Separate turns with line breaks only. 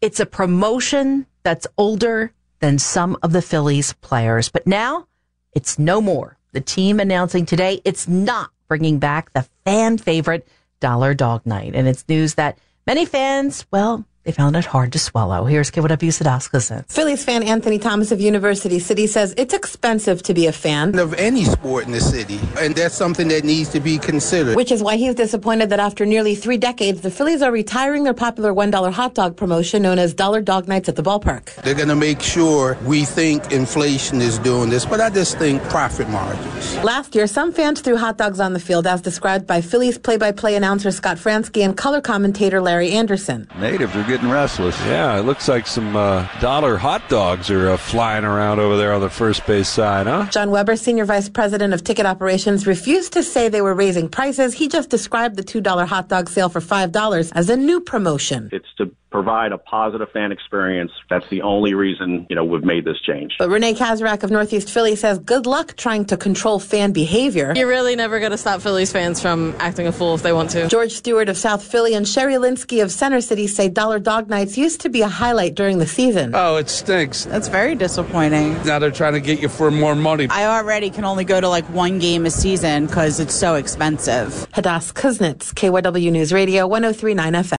It's a promotion that's older than some of the Phillies players, but now it's no more. The team announcing today it's not bringing back the fan favorite Dollar Dog Night. And it's news that many fans, well, they found it hard to swallow. Here's KWW Sadowska says.
Phillies fan Anthony Thomas of University City says it's expensive to be a fan,
of any sport in the city, and that's something that needs to be considered.
which is why he's disappointed that after nearly three decades, the Phillies are retiring their popular $1 hot dog promotion known as Dollar Dog Nights at the ballpark.
They're going to make sure we think inflation is doing this, but I just think profit margins.
Last year, some fans threw hot dogs on the field, as described by Phillies play-by-play announcer Scott Fransky and color commentator Larry Anderson.
Natives are getting restless.
Yeah, it looks like some uh, dollar hot dogs are uh, flying around over there on the first base side, huh?
John Weber, senior vice president of ticket operations, refused to say they were raising prices. He just described the $2 hot dog sale for $5 as a new promotion.
It's to provide a positive fan experience. That's the only reason, you know, we've made this change.
But Renee Kazarak of Northeast Philly says good luck trying to control fan behavior.
You're really never going to stop Phillies fans from acting a fool if they want to.
George Stewart of South Philly and Sherry Linsky of Center City say Dollar Dog Nights used to be a highlight during the season.
Oh, it stinks.
That's very disappointing.
Now they're trying to get you for more money.
I already can only go to like one game a season because it's so expensive.
Hadass Kuznets, KYW News Radio, 1039 FM.